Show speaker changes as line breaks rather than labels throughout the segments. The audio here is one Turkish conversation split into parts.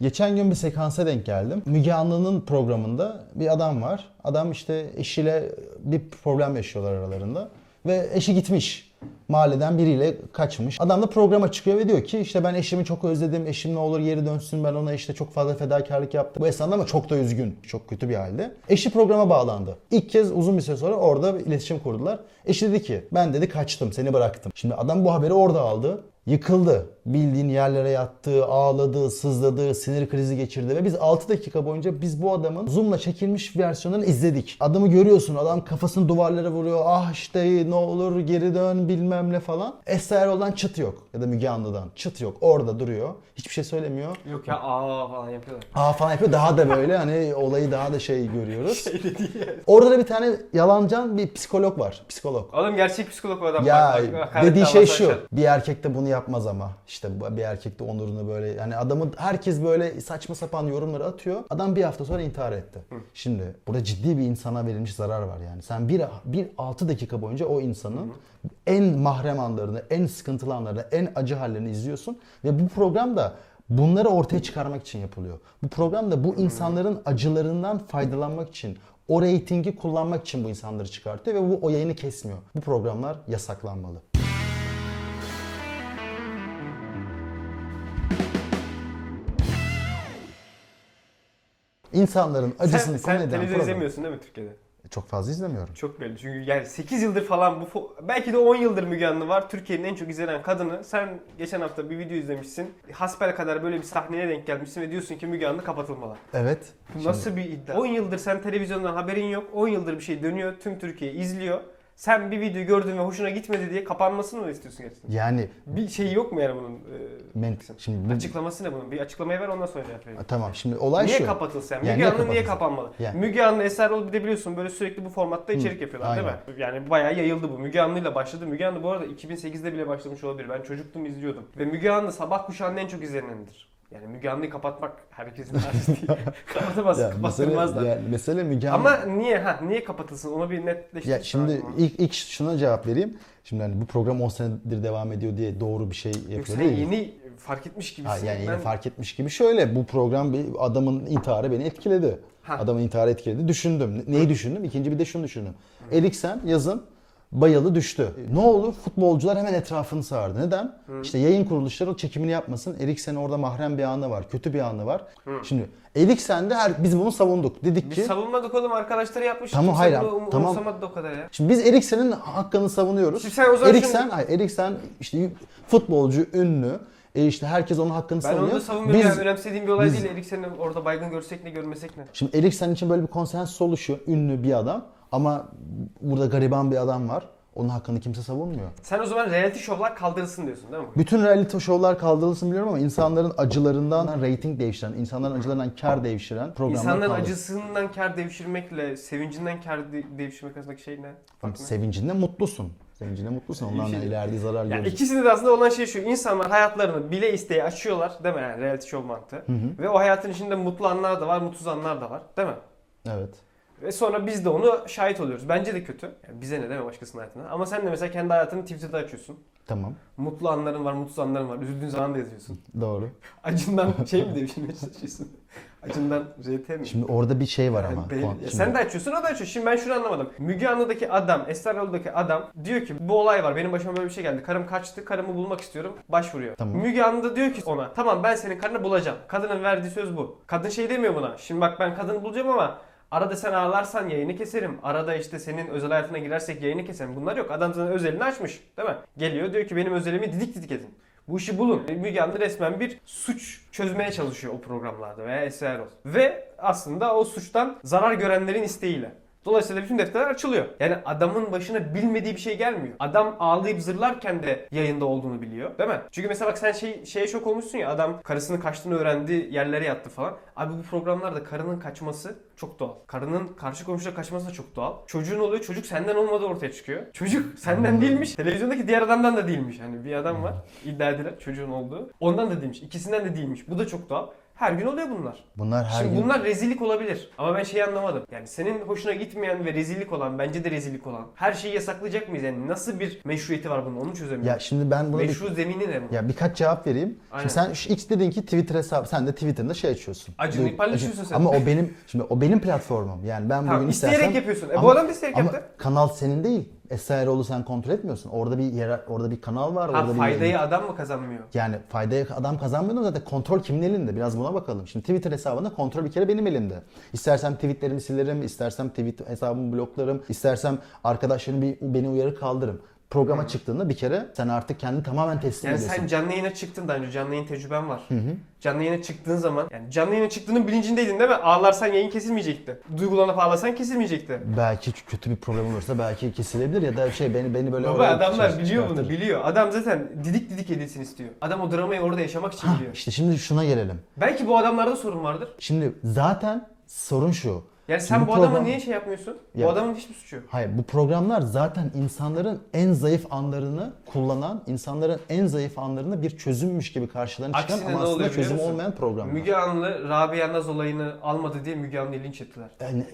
Geçen gün bir sekansa denk geldim. Müge Anlı'nın programında bir adam var. Adam işte eşiyle bir problem yaşıyorlar aralarında. Ve eşi gitmiş. Mahalleden biriyle kaçmış. Adam da programa çıkıyor ve diyor ki işte ben eşimi çok özledim. Eşim ne olur geri dönsün. Ben ona işte çok fazla fedakarlık yaptım. Bu esnada ama çok da üzgün. Çok kötü bir halde. Eşi programa bağlandı. İlk kez uzun bir süre sonra orada bir iletişim kurdular. Eşi dedi ki ben dedi kaçtım seni bıraktım. Şimdi adam bu haberi orada aldı. Yıkıldı. Bildiğin yerlere yattı, ağladı, sızladı, sinir krizi geçirdi ve biz 6 dakika boyunca biz bu adamın Zoom'la çekilmiş versiyonunu izledik. Adamı görüyorsun, adam kafasını duvarlara vuruyor. Ah işte ne olur geri dön bilmem ne falan. Esra Erol'dan çıt yok ya da Müge Anlı'dan çıt yok. Orada duruyor. Hiçbir şey söylemiyor.
Yok ya aa falan yapıyorlar.
Aa falan yapıyor. Daha da böyle hani olayı daha da şey görüyoruz. Orada da bir tane yalancan bir psikolog var. Psikolog.
Oğlum gerçek psikolog o adam.
Ya
Bak, bak, hakaret
dediği şey
davası
şu.
açar.
Bir erkek de bunu yapmaz ama. İşte bu- bir erkek de onurunu böyle yani adamı herkes böyle saçma sapan yorumları atıyor. Adam bir hafta sonra intihar etti. Şimdi burada ciddi bir insana verilmiş zarar var yani. Sen bir, bir 6 dakika boyunca o insanın en mahrem anlarını, en sıkıntılı anlarını, en acı hallerini izliyorsun ve bu program da bunları ortaya çıkarmak için yapılıyor. Bu program da bu insanların acılarından faydalanmak için o reytingi kullanmak için bu insanları çıkartıyor ve bu o yayını kesmiyor. Bu programlar yasaklanmalı. İnsanların acısını konu
sen, sen
eden
televizyon
program-
izlemiyorsun değil mi Türkiye'de?
Çok fazla izlemiyorum.
Çok belli. Çünkü yani 8 yıldır falan bu fo- belki de 10 yıldır Müge Anlı var. Türkiye'nin en çok izlenen kadını. Sen geçen hafta bir video izlemişsin. Hasbel kadar böyle bir sahneye denk gelmişsin ve diyorsun ki Müge Anlı kapatılmalı.
Evet.
Bu nasıl bir iddia? 10 yıldır sen televizyondan haberin yok. 10 yıldır bir şey dönüyor. Tüm Türkiye izliyor. Sen bir video gördün ve hoşuna gitmedi diye kapanmasını mı istiyorsun gerçekten?
Yani
Bir şey yok mu yani bunun? e,
men şimdi bu-
Açıklaması ne bunun? Bir açıklamayı ver ondan sonra cevap vereyim.
tamam şimdi olay
niye
şu.
kapatılsın?
Yani
Yani Müge
niye
Anlı niye
kapatılsın?
kapanmalı?
Yani.
Müge Anlı Eser Erol bir de biliyorsun böyle sürekli bu formatta içerik yapıyorlar
aynen.
değil mi? Yani bayağı yayıldı bu. Müge Anlı'yla başladı. Müge Anlı bu arada 2008'de bile başlamış olabilir. Ben çocuktum izliyordum. Ve Müge Anlı sabah kuşağının en çok izlenenidir. Yani Müge Anlı'yı kapatmak herkesin dersi değil. Kapatamaz,
Ya
kapattırmazlar.
mesele, yani mesele Müge Anlı.
Ama niye ha niye kapatılsın onu bir netleştir.
Ya şimdi ilk, ilk şuna cevap vereyim. Şimdi hani bu program 10 senedir devam ediyor diye doğru bir şey yapıyor
Yok, sen
değil mi?
yeni fark etmiş
Ha,
gibisin.
yani yeni
Ben-
fark etmiş gibi şöyle bu program bir adamın intiharı beni etkiledi.
Ha.
Adamın intiharı etkiledi. Düşündüm. Ne- Neyi düşündüm? İkinci bir de şunu düşündüm. Eriksen yazın bayalı düştü. Ne oldu? Futbolcular hemen etrafını sardı. Neden? İşte yayın kuruluşları o çekimini yapmasın. Eriksen orada mahrem bir anı var. Kötü bir anı var. Şimdi Eriksen de her, biz bunu savunduk. Dedik ki
Biz savunmadık oğlum arkadaşları yapmış.
Tamam,
Kimse
hayır,
bunu um-
tamam.
umursamadı da o kadar ya.
Şimdi biz Eriksen'in hakkını savunuyoruz.
Şimdi sen o zaman
Eriksen, hayır, Eriksen işte futbolcu, ünlü. E işte herkes onun hakkını
Ben
savunuyor.
onu da savunmuyorum
Biz-
yani önemsediğim bir olay
biz-
değil. Eriksen'i orada baygın görsek ne görmesek ne.
Şimdi Eriksen için böyle bir konsensus oluşuyor. Ünlü bir adam ama burada gariban bir adam var. Onun hakkını kimse savunmuyor.
Sen o zaman reality şovlar kaldırılsın diyorsun değil mi?
Bütün reality show'lar kaldırılsın biliyorum ama insanların acılarından rating değiştiren, insanların acılarından kar değiştiren programlar
İnsanların
kaldırılsın.
acısından kar devşirmekle sevincinden kar de- devşirmek arasındaki şey ne?
Tamam,
Fark ne?
Sevincinde mutlusun. Sevincinde mutlusun. Ondan da
şey-
ileride zarar
Ya
görürsün.
ikisinde de aslında olan şey şu. insanlar hayatlarını bile isteye açıyorlar değil mi yani reality show mantığı. Ve o hayatın içinde mutlu anlar da var, mutsuz anlar da var değil mi?
Evet.
Ve sonra biz de onu şahit oluyoruz. Bence de kötü. Yani bize ne deme başkasının hayatına. Ama sen de mesela kendi hayatını Twitter'da açıyorsun.
Tamam.
Mutlu anların var, mutsuz anların var. Üzüldüğün zaman da yazıyorsun.
Doğru.
Acından şey mi demişim çalışıyorsun? Acından RT mi?
Şimdi orada bir şey var ama.
Be-
Kon-
ya
şimdi-
sen de açıyorsun o da açıyor. Şimdi ben şunu anlamadım. Müge Anlı'daki adam, Esrar Erol'daki adam diyor ki bu olay var benim başıma böyle bir şey geldi. Karım kaçtı karımı bulmak istiyorum. Başvuruyor.
Tamam.
Müge Anlı da diyor ki ona tamam ben senin karını bulacağım. Kadının verdiği söz bu. Kadın şey demiyor buna. Şimdi bak ben kadını bulacağım ama Arada sen ağlarsan yayını keserim. Arada işte senin özel hayatına girersek yayını keserim. Bunlar yok. Adam sana özelini açmış. Değil mi? Geliyor diyor ki benim özelimi didik didik edin. Bu işi bulun. E, Müge Anlı resmen bir suç çözmeye çalışıyor o programlarda veya Esra Erol. Ve aslında o suçtan zarar görenlerin isteğiyle. Dolayısıyla bütün defterler açılıyor. Yani adamın başına bilmediği bir şey gelmiyor. Adam ağlayıp zırlarken de yayında olduğunu biliyor. Değil mi? Çünkü mesela bak sen şey, şeye şok olmuşsun ya adam karısının kaçtığını öğrendi yerlere yattı falan. Abi bu programlarda karının kaçması çok doğal. Karının karşı komşuya kaçması da çok doğal. Çocuğun oluyor çocuk senden olmadığı ortaya çıkıyor. Çocuk senden değilmiş. Televizyondaki diğer adamdan da değilmiş. Hani bir adam var iddia edilen çocuğun olduğu. Ondan da değilmiş. ikisinden de değilmiş. Bu da çok doğal. Her gün oluyor bunlar.
Bunlar her
Şimdi
gün
bunlar rezillik olabilir. Ama ben şeyi anlamadım. Yani senin hoşuna gitmeyen ve rezillik olan, bence de rezillik olan her şeyi yasaklayacak mıyız? Yani nasıl bir meşruiyeti var bunun? Onu çözemiyorum.
Ya şimdi ben buna bir,
Meşru zemini ne bunun?
ya birkaç cevap vereyim.
Aynen.
Şimdi sen şu X dedin ki Twitter hesabı sen de Twitter'da şey açıyorsun.
Acun'u
Bu-
paylaşıyorsun sen.
Ama o benim şimdi o benim platformum. Yani ben
Tamam,
bugün
isteyerek
istersen
yapıyorsun. E, bu
Ama-
adam da isteyerek
ama
yaptı.
kanal senin değil. Esaeroğlu sen kontrol etmiyorsun. Orada bir yer, orada bir kanal var,
Ha,
orada bir
faydayı adam mı kazanmıyor?
Yani faydaya adam kazanmıyor da zaten kontrol kimin elinde? Biraz buna bakalım. Şimdi Twitter hesabında kontrol bir kere benim elimde. İstersem tweetlerimi silerim, istersem tweet hesabımı bloklarım, istersem arkadaşlarım bir beni uyarı kaldırırım. Programa çıktığında bir kere sen artık kendini tamamen teslim
Yani
ediyorsun.
sen canlı yayına çıktın daha önce. Canlı yayın tecrüben var. Canlı yayına çıktığın zaman yani canlı yayına çıktığının bilincindeydin değil mi? Ağlarsan yayın kesilmeyecekti. Duygulanıp ağlasan kesilmeyecekti.
Belki kötü bir problem olursa belki kesilebilir ya da şey beni beni böyle
Baba
oraya şey
adamlar
çıkar-
biliyor bunu,
çıkartır.
biliyor. Adam zaten didik didik edilsin istiyor. Adam o dramayı orada yaşamak için biliyor.
İşte şimdi şuna gelelim.
Belki bu adamlarda sorun vardır.
Şimdi zaten sorun şu.
Yani sen
Şimdi
bu adama
program-
niye şey yapmıyorsun? Bu
Ya.
adamın hiçbir suçu yok.
Hayır bu programlar zaten insanların en zayıf anlarını kullanan, insanların en zayıf anlarını bir çözümmüş gibi karşılarına çıkan
Aksine ne
ama
oluyor
aslında
biliyor
çözüm
musun?
olmayan programlar.
Müge Anlı Rabia Naz olayını almadı diye Müge Anlı'yı linç ettiler.
Yani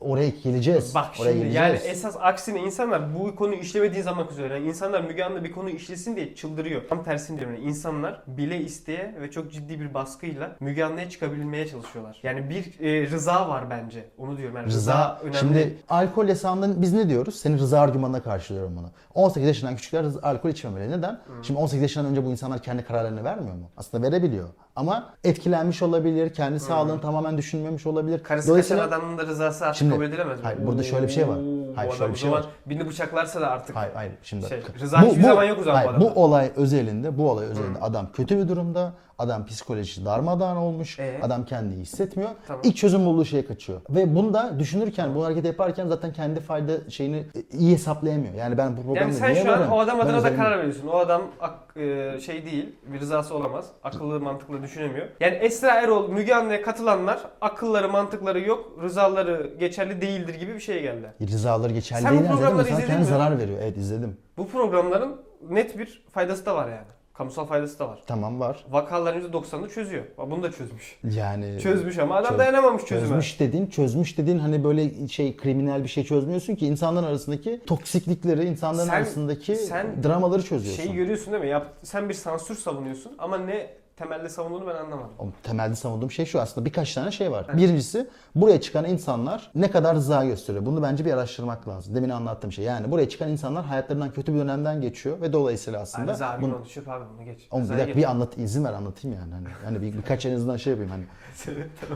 oraya geleceğiz.
Bak
oraya
şimdi yani
geleceğiz.
esas aksine insanlar bu konuyu işlemediği zaman kızıyor. Yani insanlar Müge Anlı bir konu işlesin diye çıldırıyor. Tam tersini diyorum. Yani insanlar bile isteye ve çok ciddi bir baskıyla Müge Anlı'ya çıkabilmeye çalışıyorlar. Yani bir e, rıza var bence. Onu diyorum. Yani rıza,
Rıza,
önemli.
şimdi alkol yasağından biz ne diyoruz? Senin rıza argümanına karşılıyorum bunu. 18 yaşından küçükler rız- alkol içmemeli. Neden?
Hmm.
Şimdi 18 yaşından önce bu insanlar kendi kararlarını vermiyor mu? Aslında verebiliyor. Ama etkilenmiş olabilir, kendi
Hmm.
sağlığını tamamen düşünmemiş olabilir.
Karısı kaçan adamın da rızası artık
Şimdi-
kabul edilemez mi?
Hayır, burada şöyle bir şey var.
Oo,
Hayır,
bu
şöyle
adam
bir şey
o
var.
zaman birini bıçaklarsa da artık
Hayır hayır şimdi.
Şey, Rıza hiçbir zaman yok o zaman bu
hayır, bu
adamda.
olay özelinde, bu olay özelinde adam kötü bir durumda. Adam psikolojisi darmadağın olmuş.
Ee?
Adam kendini iyi hissetmiyor.
Tamam.
İlk çözüm bulduğu şeye kaçıyor. Ve bunu da düşünürken, bu hareketi yaparken zaten kendi fayda şeyini e, iyi hesaplayamıyor. Yani ben bu programda
Yani sen
niye
şu an
varım?
o adam
Ben
adına da
özelim-
karar veriyorsun. O adam ak- e, şey değil, bir rızası olamaz. Akıllı mantıklı düşünemiyor. Yani Esra Erol, Müge Anlı'ya katılanlar akılları mantıkları yok, rızaları geçerli değildir gibi bir şey geldi.
Rızaları geçerli
Sen
değil.
bu
yani. Zaten
programları
insana
izledin
kendi
mi?
zarar veriyor. Evet izledim.
Bu programların net bir faydası da var yani. Kamusal faydası da var.
Tamam var.
Vakaların %90'ını çözüyor. Ama Bunu da çözmüş.
Yani
Çözmüş ama adam
Çöz-
dayanamamış çözüme.
Çözmüş dediğin, çözmüş dediğin hani böyle şey kriminal bir şey çözmüyorsun ki insanların arasındaki toksiklikleri, insanların
Sen-
arasındaki
sen
dramaları çözüyorsun.
Şeyi görüyorsun değil mi? Yap, sen bir sansür savunuyorsun ama ne temelde savunduğunu ben anlamadım.
O Temelde savunduğum şey şu aslında birkaç tane şey var. Birincisi buraya çıkan insanlar ne kadar rıza gösteriyor. Bunu bence bir araştırmak lazım. Demin anlattığım şey. Yani buraya çıkan insanlar hayatlarından kötü bir dönemden geçiyor ve dolayısıyla
Ay,
aslında
Rıza abi
bunu-
konuşuyor abi bunu geç.
Oğlum bir
Rıza'yı
dakika
geç.
bir anlat izin ver anlatayım yani hani, hani bir, birkaç en azından şey yapayım hani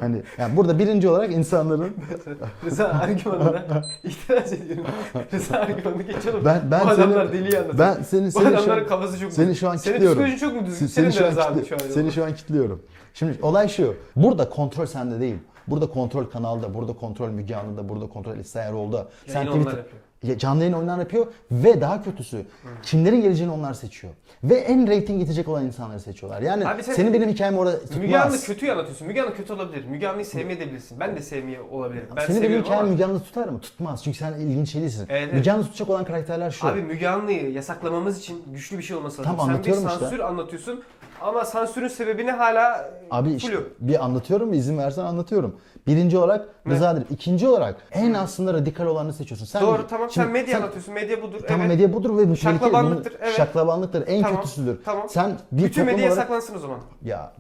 hani yani burada birinci olarak insanların
Rıza argümanına itiraz ediyorum. Rıza argümanını geçelim.
ben ben
Bu adamlar
seni,
deli yalnız.
ben seni
Bu
seni şu
adamların
an,
kafası çok
seni şu an
Senin
kilitliyorum.
psikolojin çok mu düzgün?
Seni,
Senin
şu
de
an
Rıza abi
kitle-
şu an.
seni şu an kilitliyorum. Şimdi olay şu. Burada kontrol sende değil. Burada kontrol kanalda, burada kontrol Müge Anlı'da, burada kontrol Esra Erol'da.
Sen
Sen
yine onlar
Twitter,
yapıyor.
Ya canlı yayın onlar yapıyor ve daha kötüsü kimlerin geleceğini onlar seçiyor. Ve en reyting gidecek olan insanları seçiyorlar. Yani
Abi sen-
senin benim hikayem orada
Müge Anlı
tutmaz.
kötüyü anlatıyorsun. Müge Anlı kötü olabilir. Müge Anlı'yı sevmeyebilirsin. Ben de sevmeye olabilirim. Ben
Senin benim
seviyorum ama...
hikayem Müge Anlı tutar mı? Tutmaz. Çünkü sen ilginç değilsin.
Evet, evet.
Müge Anlı tutacak olan karakterler şu.
Abi Müge Anlı'yı yasaklamamız için güçlü bir şey olması lazım.
Tam anlatıyorum
Sen bir
işte.
sansür anlatıyorsun ama sansürün sebebini hala
Abi
Abi
işte bir anlatıyorum izin versen anlatıyorum. Birinci olarak
Ne?
Rıza Dedim. İkinci olarak en aslında radikal olanı seçiyorsun. Sen
Doğru tamam sen
Şimdi
medya anlatıyorsun. Medya budur.
Tamam
evet.
medya budur ve bu şey
Şaklabanlıktır,
bunun-
evet.
Şaklabanlıktır. En
Tamam,
kötüsüdür.
tamam.
Sen bir
Bütün
toplum
medya
olarak...
yasaklansın o zaman.
Ya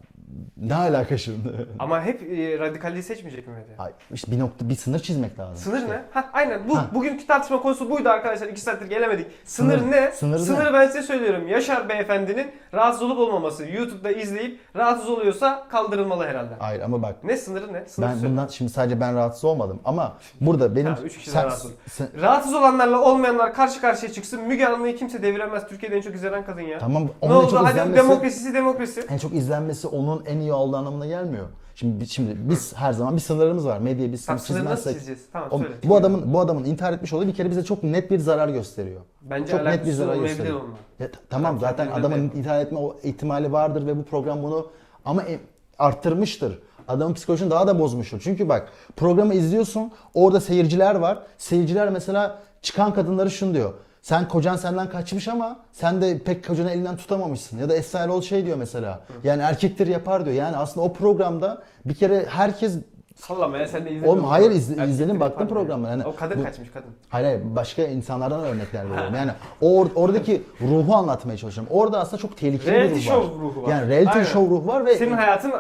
ne alaka şimdi?
Ama hep e, radikalliği seçmeyecek mi medya?
Ay, işte bir nokta bir sınır çizmek lazım.
Sınır ne? Ha aynen bu
Ha.
bugünkü tartışma konusu buydu arkadaşlar. 2 saattir gelemedik. Sınır,
Sınır.
ne?
Sınırı ne?
Sınırı ben size söylüyorum. Yaşar beyefendinin rahatsız olup olmaması. YouTube'da izleyip rahatsız oluyorsa kaldırılmalı herhalde.
Hayır ama bak
Ne sınırı ne? Sınır
ben
söyle.
bundan şimdi sadece ben rahatsız olmadım ama burada benim
Ha, üç kişi de
sen-
rahatsız.
sen-
Rahatsız olanlarla olmayanlar karşı karşıya çıksın. Müge Anlı'yı kimse deviremez. Türkiye'de en çok izlenen kadın ya.
tamam
ne
onun en
oldu?
çok
Hadi
izlenmesi
demokrasisi demokrasi.
en çok izlenmesi onun en iyi olduğu anlamına gelmiyor. Şimdi biz- şimdi biz her zaman bir sınırlarımız var. Medya bir sınır
Tamam, sınırı nasıl
çizmezsek
çizeceğiz? Tamam
O-
söyle.
bu adamın bu adamın intihar etmiş olduğu bir kere bize çok net bir zarar gösteriyor.
Bence
çok net bir
alakası
zarar
olmayabilir
gösteriyor.
onunla.
Ya, t- tamam
Zaten
zaten
öyle
adamın
yapıyor.
intihar etme o ihtimali vardır ve bu program bunu ama e- arttırmıştır. Adamın psikolojisini daha da bozmuştur. Çünkü bak programı izliyorsun orada seyirciler var. Seyirciler mesela çıkan kadınları şunu diyor. Sen kocan senden kaçmış ama sen de pek kocanı elinden tutamamışsın. Ya da Esra Erol şey diyor mesela. Yani erkektir yapar diyor. Yani aslında o programda bir kere herkes
Sallama sen de izledin.
Oğlum
mi?
hayır izle-
Erkekleri
izledim, baktım
yapan
programlara.
yani.
Hani
o kadın
bu-
kaçmış kadın.
Hayır hayır başka insanlardan örnekler veriyorum. Yani o or- oradaki ruhu anlatmaya çalışıyorum. Orada aslında çok tehlikeli bir
Reality
ruh var.
show ruhu var.
Yani reality
Aynen.
show ruhu var ve
Senin hayatın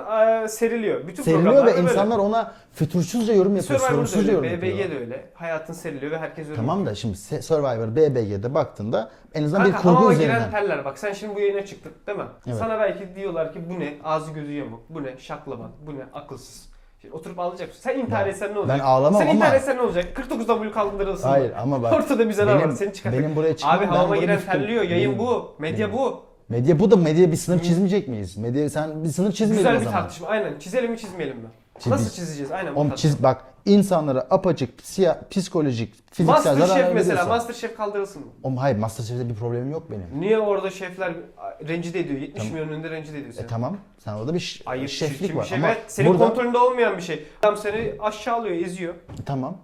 e, seriliyor. Bütün
seriliyor
programlarda
ve
böyle.
insanlar ona fütursuzca yorum yapıyor,
Survivor'da
sorumsuzca yorum
öyle, BBG
yapıyor.
de öyle. Hayatın seriliyor ve herkes ölüyor.
Tamam da şimdi Se- Survivor, BBG'de baktığında en azından
Kanka
bir kurgu
hamama
üzerinden.
giren perler bak sen şimdi bu yayına çıktın değil mi?
Evet.
Sana belki diyorlar ki bu ne ağzı gözü yamuk, bu ne şaklaban, bu ne akılsız. Şimdi oturup ağlayacaksın. Sen intihar
Ya,
etsen ne olacak?
Ben ağlamam
sen intihar
ama
etsen ne olacak? 49W kaldırılsın.
hayır ama bak
Ortada bir zarar
benim-
var seni çıkartacak.
benim buraya çıkmam.
Abi
ben
hamama
bunu
giren
bir-
terliyor. Yayın
Benim-
bu. Medya bu.
Medya bu da medya bir sınır çizmeyecek miyiz? Medya sen bir sınır çizmedin o
Güzel bir
zaman.
tartışma. Aynen. Çizelim mi çizmeyelim mi?
Çizeceğiz.
Nasıl çizeceğiz? Aynen. bu
Oğlum
tartışma.
çiz bak insanlara apacık psiya- psikolojik fiziksel zarar
Masterchef mesela.
verebiliyorsan-
Masterchef kaldırılsın mı?
Oğlum hayır Masterchef'te bir problemim yok benim.
Niye orada şefler rencide ediyor? 70 milyon önünde rencide ediyor seni.
E tamam sen orada bir ş-
Ayıp,
şeflik
çirkin
var
bir şey
ama
ve senin
burada
kontrolünde olmayan bir şey. Adam seni aşağılıyor, eziyor.
tamam.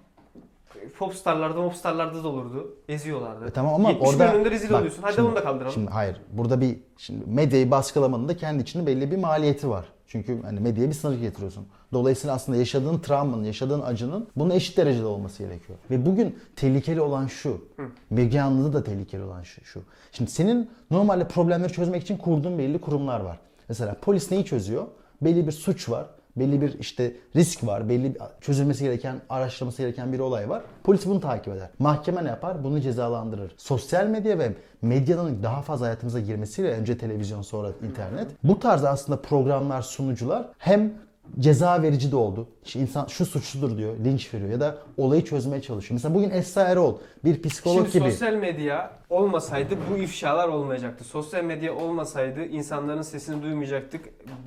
Popstarlarda, mopstarlarda da olurdu. Eziyorlardı.
E tamam ama
70
orada-
önünde rezil
Bak,
oluyorsun. Hadi
şimdi-
onu da kaldıralım.
Şimdi hayır burada bir şimdi medyayı baskılamanın da kendi içinde belli bir maliyeti var. Çünkü hani medyaya bir sınır getiriyorsun. Dolayısıyla aslında yaşadığın travmanın, yaşadığın acının bunun eşit derecede olması gerekiyor. Ve bugün tehlikeli olan şu. Bilgi anlığı da tehlikeli olan şu. şu. Şimdi senin normalde problemleri çözmek için kurduğun belli kurumlar var. Mesela polis neyi çözüyor? Belli bir suç var. Belli bir işte risk var, belli bir çözülmesi gereken, araştırılması gereken bir olay var. Polis bunu takip eder. Mahkeme ne yapar? Bunu cezalandırır. Sosyal medya ve medyanın daha fazla hayatımıza girmesiyle önce televizyon sonra internet. Bu tarz aslında programlar, sunucular hem ceza verici de oldu. İşte insan şu suçludur diyor, linç veriyor ya da olayı çözmeye çalışıyor. Mesela bugün Esra Erol bir psikolog
Şimdi
gibi.
sosyal medya olmasaydı bu ifşalar olmayacaktı. Sosyal medya olmasaydı insanların sesini duymayacaktık.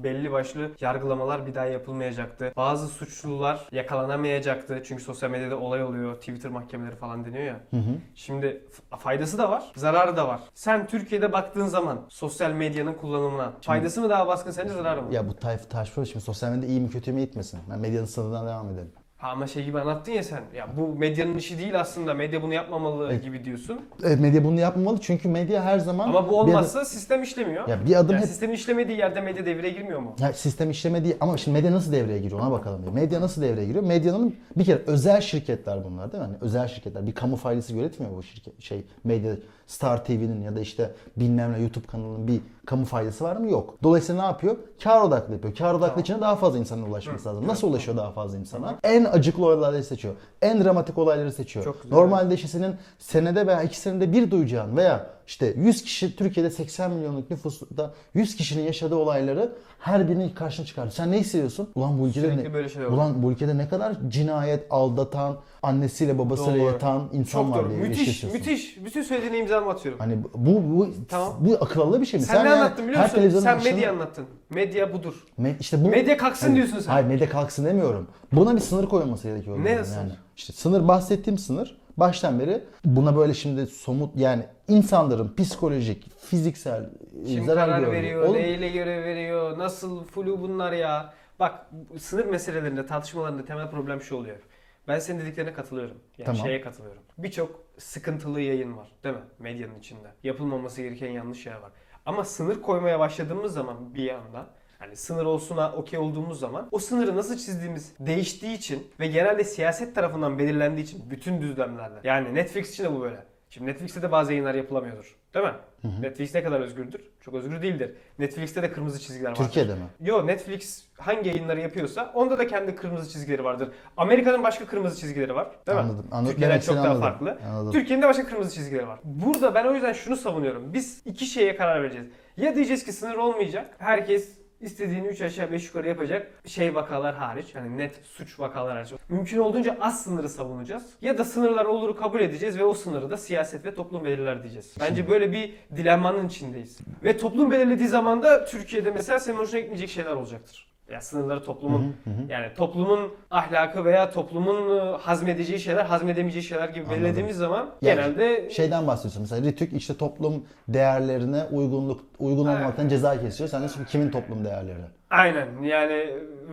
Belli başlı yargılamalar bir daha yapılmayacaktı. Bazı suçlular yakalanamayacaktı. Çünkü sosyal medyada olay oluyor. Twitter mahkemeleri falan deniyor ya. Şimdi f- faydası da var, zararı da var. Sen Türkiye'de baktığın zaman sosyal medyanın kullanımına faydası mı daha baskın sence zararı mı?
Ya bu Tayf Taşpınar şimdi sosyal medya iyi mi kötü mü gitmesin. Ben medyanın sınırından devam edelim.
Ha ama şey gibi anlattın ya sen. Ya bu medyanın işi değil aslında. Medya bunu yapmamalı gibi diyorsun.
Evet, E, medya bunu yapmamalı çünkü medya her zaman...
Ama bu
bir adım-
olmazsa sistem işlemiyor.
Ya bir adım
Yani
hep
sistemin işlemediği yerde medya devreye girmiyor mu?
Ya sistem işlemediği ama şimdi medya nasıl devreye giriyor ona bakalım. diye. Medya nasıl devreye giriyor? Medyanın bir kere özel şirketler bunlar değil mi? Hani özel şirketler. Bir kamu faydası gözetmiyor bu şirket şey medya Star TV'nin ya da işte bilmem ne YouTube kanalının bir kamu faydası var mı? Yok. Dolayısıyla ne yapıyor? Kar odaklı yapıyor. Kar odaklı içine daha fazla insana ulaşması lazım. Nasıl ulaşıyor daha fazla insana? En acıklı olayları seçiyor. En dramatik olayları seçiyor.
Çok güzel.
Normalde işte senin senede veya iki senede bir duyacağın veya işte 100 kişi Türkiye'de 80 milyonluk nüfusta 100 kişinin yaşadığı olayları her birinin karşına çıkar. Sen ne hissediyorsun? Ulan bu ülkede
Sürekli
ne,
böyle şeyler
ulan bu ülkede ne kadar cinayet, aldatan, annesiyle babasıyla
Doğru.
yatan insan
Çok
var
doğru.
diye
Müthiş,
hissediyorsun.
müthiş. Bütün söylediğine imzamı atıyorum.
Hani bu bu
Tamam.
bu akıl alır bir şey mi?
Sen, ne
yani
anlattın biliyor
her
musun?
televizyonun
Sen
başına-
medya anlattın. Medya budur.
Me- işte bu
Medya kalksın
Hayır,
diyorsun sen.
Hayır medya kalksın demiyorum. Buna bir sınır koyulması gerekiyor.
Ne
diyorum
sınır?
İşte sınır bahsettiğim sınır baştan beri buna böyle şimdi somut yani insanların psikolojik, fiziksel e,
Kim
zarar
karar
gördüğü-
veriyor,
Oğlum,
neyle göre veriyor, nasıl flu bunlar ya. Bak bu sınır meselelerinde, tartışmalarında temel problem şu oluyor. Ben senin dediklerine katılıyorum. Yani
Tamam.
şeye katılıyorum. Birçok sıkıntılı yayın var değil mi? Medyanın içinde. Yapılmaması gereken yanlış şeyler var. Ama sınır koymaya başladığımız zaman bir anda hani sınır olsuna okey olduğumuz zaman o sınırı nasıl çizdiğimiz değiştiği için ve genelde siyaset tarafından belirlendiği için bütün düzlemlerde. Yani Netflix için de bu böyle. Şimdi Netflix'te de bazı yayınlar yapılamıyordur. Değil mi? Netflix ne kadar özgürdür? Çok özgür değildir. Netflix'te de kırmızı çizgiler vardır.
Türkiye'de mi?
Yo Netflix hangi yayınları yapıyorsa onda da kendi kırmızı çizgileri vardır. Amerika'nın başka kırmızı çizgileri var. Değil
Anladım,
mi?
anladım.
Türkiye'den
Demek
çok
seni
daha
anladım.
farklı.
Anladım.
Türkiye'nin de başka kırmızı çizgileri var. Burada ben o yüzden şunu savunuyorum. Biz iki şeye karar vereceğiz. Ya diyeceğiz ki sınır olmayacak. Herkes istediğini 3 aşağı 5 yukarı yapacak. Şey vakalar hariç hani net suç vakalar hariç. Mümkün olduğunca az sınırı savunacağız. Ya da sınırlar olur kabul edeceğiz ve o sınırı da siyaset ve toplum belirler diyeceğiz. Bence böyle bir dilemmanın içindeyiz. Ve toplum belirlediği zaman da Türkiye'de mesela senin hoşuna gitmeyecek şeyler olacaktır. Ya sınırları toplumun yani toplumun ahlakı veya toplumun e, hazmedeceği şeyler, hazmedemeyeceği şeyler gibi
Anladım.
belirlediğimiz zaman
Yani şey-
genelde
Şeyden bahsediyorsun mesela Ritük işte toplum değerlerine uygunluk uygun
Evet.
olmaktan ceza kesiyor. Sen de şimdi kimin toplum değerleri?
aynen yani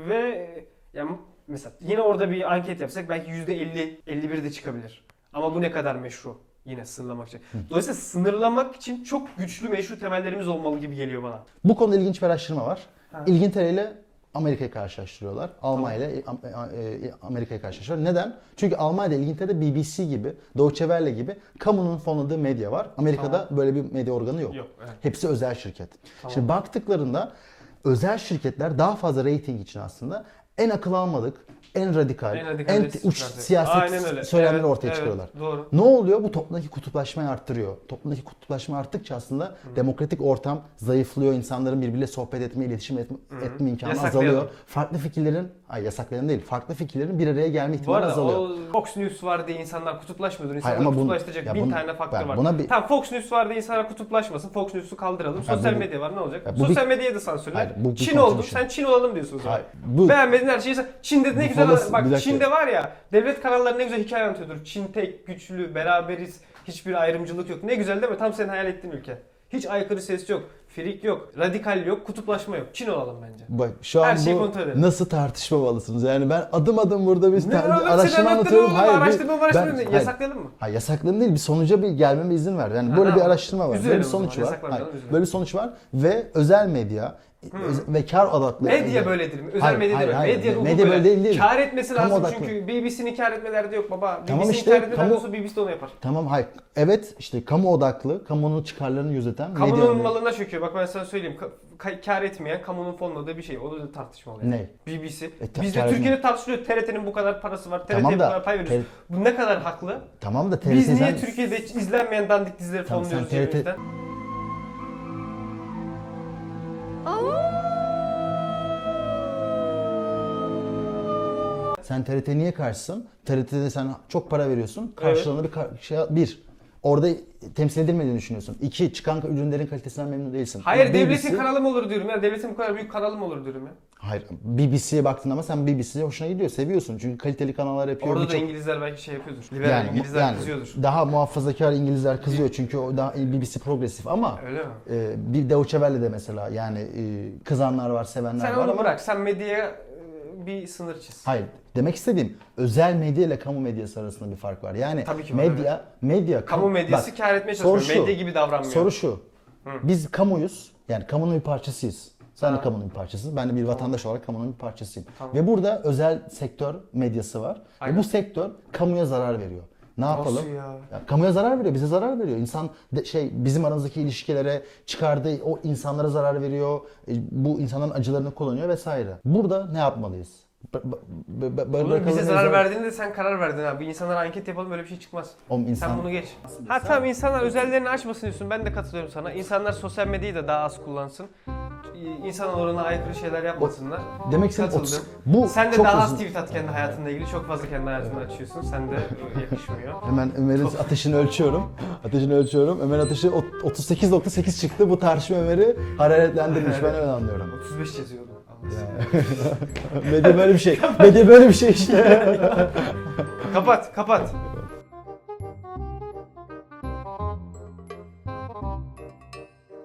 ve yani mesela yine orada bir anket yapsak belki %50 51 de çıkabilir. Ama bu ne kadar meşru? Yine sınırlamak için. Dolayısıyla sınırlamak için çok güçlü meşru temellerimiz olmalı gibi geliyor bana.
Bu konuda ilginç bir araştırma var.
Ha.
İngiltere ile Amerika'yı karşılaştırıyorlar. Almanya ile Am- e, Amerika'yı karşılaştırıyorlar. Neden? Çünkü Almanya'da İngiltere'de BBC gibi, Deutsche Welle gibi kamunun fonladığı medya var. Amerika'da böyle bir medya organı yok.
Yok, evet.
Hepsi özel şirket.
Tamam.
Şimdi baktıklarında özel şirketler daha fazla reyting için aslında en akıl almadık, en radikal,
En
en,
radikal
t-
destek
uç
verdi. Aynen öyle.
siyaset söylemleri
Evet,
ortaya
evet,
çıkarıyorlar.
Doğru.
Ne oluyor? Bu toplumdaki kutuplaşmayı arttırıyor. Toplumdaki kutuplaşma arttıkça aslında demokratik ortam zayıflıyor. İnsanların birbiriyle sohbet etme, iletişim etme, etme imkanı
Yasaklayalım.
azalıyor. Farklı fikirlerin, hayır yasaklayalım değil, farklı fikirlerin bir araya gelme
Bu
ihtimali
arada
azalıyor.
o Fox News var diye insanlar kutuplaşmıyordur. İnsanlar
ama bun-
kutuplaştıracak
ya
bin
bun-
tane faktör
ben
var.
buna bir-
Tamam Fox News var diye insanlar kutuplaşmasın. Fox News'u kaldıralım.
Ya
Sosyal
bu-
medya var ne olacak?
Ya bu bir-
Sosyal medyayı da sansürle.
Hayır, bu bir
Çin oldum
contribution.
sen Çin olalım diyorsun o zaman.
Hayır, bu-
Beğenmedin her şeyi. sen- Çin'de ne
Bu
güzel
falas- bir
bak
dakika.
Çin'de var ya devlet kanalları ne güzel hikaye anlatıyordur. Çin tek güçlü beraberiz hiçbir ayrımcılık yok. Ne güzel değil mi? Tam senin hayal ettiğin ülke. Hiç aykırı ses yok. Frik yok. Radikal yok. Kutuplaşma yok. Çin olalım bence.
Bak şu
Her
an
şeyi
bu
kontrol edelim.
nasıl tartışmamalısınız? Yani ben adım adım burada bir
Ne
ta-
oğlum, sen
araştırma
anlattın
anlatıyorum.
oğlum,
Hayır, bir-
araştırma
ben-
araştırma.
hayır.
Yasaklayalım mı?
Ha yasaklığım değil bir sonuca bir gelmeme izin ver. Yani
Ha,
böyle
ha.
bir araştırma var.
Üzülelim
Böyle bir
o zaman,
sonuç var.
yasaklamayalım,
Hayır,
üzülelim.
böyle bir sonuç var ve özel medya öz- ve kar odaklı
Hmm. Medya böyledir mi? Özel
Hayır,
medya
hayır,
değil mi?
hayır.
Medya, hukuk
Medya böyle değil, değil.
Kar etmesi
Kamu
lazım
odaklı.
çünkü BBC'nin kar etme derdi yok baba.
Tamam
BBC'nin
işte,
kar etme
kamu-
derdi olsa BBC de onu yapar.
Tamam hayır. Evet işte kamu odaklı, kamunun çıkarlarını gözeten medya.
Kamunun malına çöküyor. Bak ben sana söyleyeyim. Ka- ka- kar etmeyen, kamunun fonladığı bir şey. Onu da tartışmalı. yani.
Ne?
BBC.
E, ta-
Bizde
kar
Türkiye'de tartışılıyor. TRT'nin bu kadar parası var. TRT'ye
Tamam
bu
da-
kadar pay veriyoruz. Bu ne kadar haklı?
Tamam da TRT
Biz niye
sen-
Türkiye'de hiç izlenmeyen dandik dizileri
Tamam, sen
fonluyoruz
TRT
cebimizden?
Sen TRT niye karşısın? TRT'de sen çok para veriyorsun. Karşılığında bir kar- şey bir orada temsil edilmediğini düşünüyorsun. İki çıkan ürünlerin kalitesinden memnun değilsin.
Hayır
Ama
devletin
BBC
kanalı mı olur diyorum ya. Devletin bu kadar büyük kanalı mı olur diyorum ya.
Hayır BBC'ye baktın ama sen BBC'ye hoşuna gidiyor, seviyorsun. Çünkü kaliteli kanallar yapıyor.
Orada da
birçok-
İngilizler belki şey yapıyordur. Liberal
yani,
İngilizler
yani
kızıyordur.
daha muhafazakar İngilizler kızıyor çünkü o daha BBC progresif ama
Öyle mi?
e, bir Deutsche Welle de mesela yani e, kızanlar var, sevenler
Sen
var
onu
ama
bırak. Sen medyaya e, bir sınır çiz.
Hayır. Demek istediğim özel medya ile kamu medyası arasında bir fark var. Yani
Tabii ki var,
medya, medya,
Kamu
kam-
medyası
Bak,
kar etmeye
soru
çalışıyor.
şu.
Medya gibi davranmıyor.
Soru şu. Biz kamuyuz. Yani kamunun bir parçasıyız. Sen de kamunun bir parçasısın. Ben de bir vatandaş olarak kamunun bir parçasıyım.
Tamam.
Ve burada özel sektör medyası var.
Aynen.
Ve bu sektör kamuya zarar veriyor. Ne yapalım?
ya?
Ya kamuya zarar veriyor, bize zarar veriyor. İnsan de, şey bizim aramızdaki ilişkilere çıkardığı o insanlara zarar veriyor. E, Bu insanların acılarını kullanıyor vesaire. Burada ne yapmalıyız? B- b- b- b-
Oğlum
bırakalım
bize
ya,
zarar verdiğinde de sen karar verdin abi. İnsanlara anket yapalım böyle bir şey çıkmaz.
Oğlum
Sen
insan
bunu geç. Ha tamam insanlar özellerini açmasın diyorsun. Ben de katılıyorum sana. İnsanlar sosyal medyayı da daha az kullansın. İ- İnsan oranına aykırı şeyler yapmasınlar.
demek ki sen-
Katıldım.
bu
Sen de
çok
daha az
uzun-
tweet at kendi hayatınla ilgili. Çok fazla kendi hayatını açıyorsun. Sen de e, yakışmıyor.
Hemen Ömer'in ateşini ölçüyorum. Ateşini ölçüyorum. Ömer ateşi ot- 38.8 çıktı. Bu tartışma Ömer'i hararetlendirmiş. Ben öyle anlıyorum.
35 yazıyordum.
Medya böyle bir şey. Medya böyle bir şey işte.
Kapat, kapat.